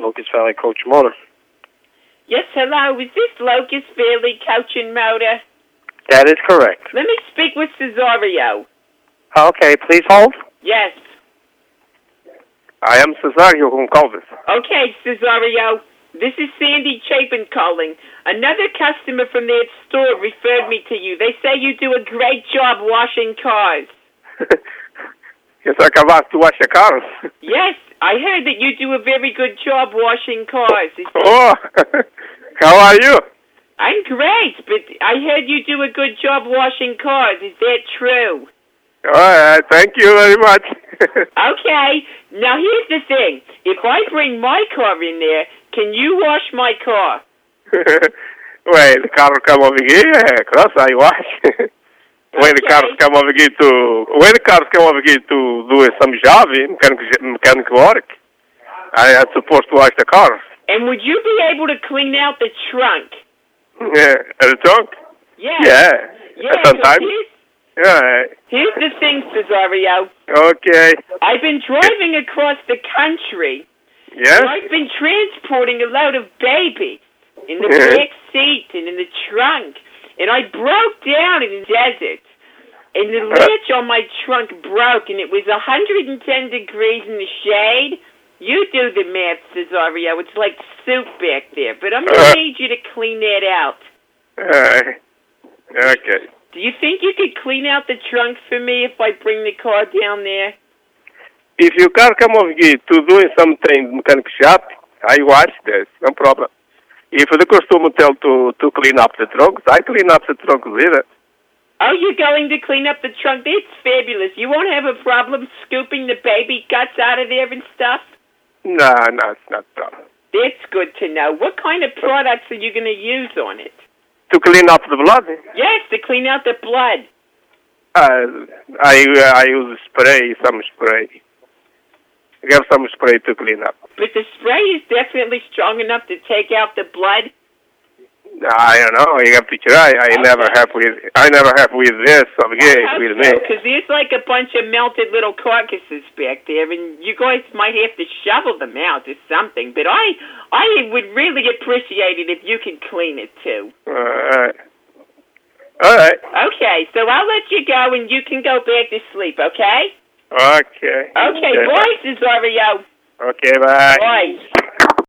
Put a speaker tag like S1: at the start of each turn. S1: Locust Valley Coach Motor.
S2: Yes, hello. Is this Locust Valley Coach and Motor?
S1: That is correct.
S2: Let me speak with Cesario.
S1: Okay, please hold.
S2: Yes.
S1: I am Cesario Goncalves.
S2: Okay, Cesario. This is Sandy Chapin calling. Another customer from their store referred me to you. They say you do a great job washing cars.
S1: Yes, I can wash your cars.
S2: Yes, I heard that you do a very good job washing cars. Is that-
S1: Oh, how are you?
S2: I'm great, but I heard you do a good job washing cars. Is that true?
S1: All right, thank you very much.
S2: Okay. Now here's the thing. If I bring my car in there, can you wash my car?
S1: Wait, the car come over here, cross I wash. when the car
S2: Okay.
S1: come over here to when the car come over here to do some job, mechanic, mechanic work, I am supposed to wash the car.
S2: And would you be able to clean out the trunk?
S1: Yeah, and the trunk.
S2: Yeah.
S1: Yeah,
S2: Yeah, 'cause
S1: sometimes.
S2: Here's,
S1: Yeah.
S2: here's the thing, Cesario.
S1: Okay.
S2: I've been driving across the country.
S1: Yes.
S2: and I've been transporting a load of babies in the
S1: Yeah.
S2: back seat and in the trunk. And I broke down in the desert. And the latch on my trunk broke, and it was 110 degrees in the shade. You do the math, Cesario. It's like soup back there. But I'm going
S1: Uh.
S2: to need you to clean that out.
S1: Uh, okay.
S2: Do you think you could clean out the trunk for me if I bring the car down there?
S1: If your car come over here to doing something mechanic shop, I wash this, no problem. If the customer tell to to clean up the trunks, I clean up the trunks either.
S2: Oh, you're going to clean up the trunk? That's fabulous. You won't have a problem scooping the baby guts out of there and stuff?
S1: No, no, it's not problem.
S2: That's good to know. What kind of products are you going to use on it?
S1: To clean up the blood,
S2: Yes, to clean out the blood.
S1: uh, I I use spray, some spray. I have some spray to clean up.
S2: But the spray is definitely strong enough to take out the blood.
S1: I don't know. You have to try. I never have with I never have with this over here with me.
S2: Because there's like a bunch of melted little carcasses back there, and you guys might have to shovel them out or something. But I, I would really appreciate it if you could clean it too.
S1: Uh, all right.
S2: Okay, so I'll let you go, and you can go back to sleep. Okay?
S1: Okay.
S2: Okay,
S1: Okay.
S2: voices, Oreo.
S1: Okay. Bye.
S2: Bye.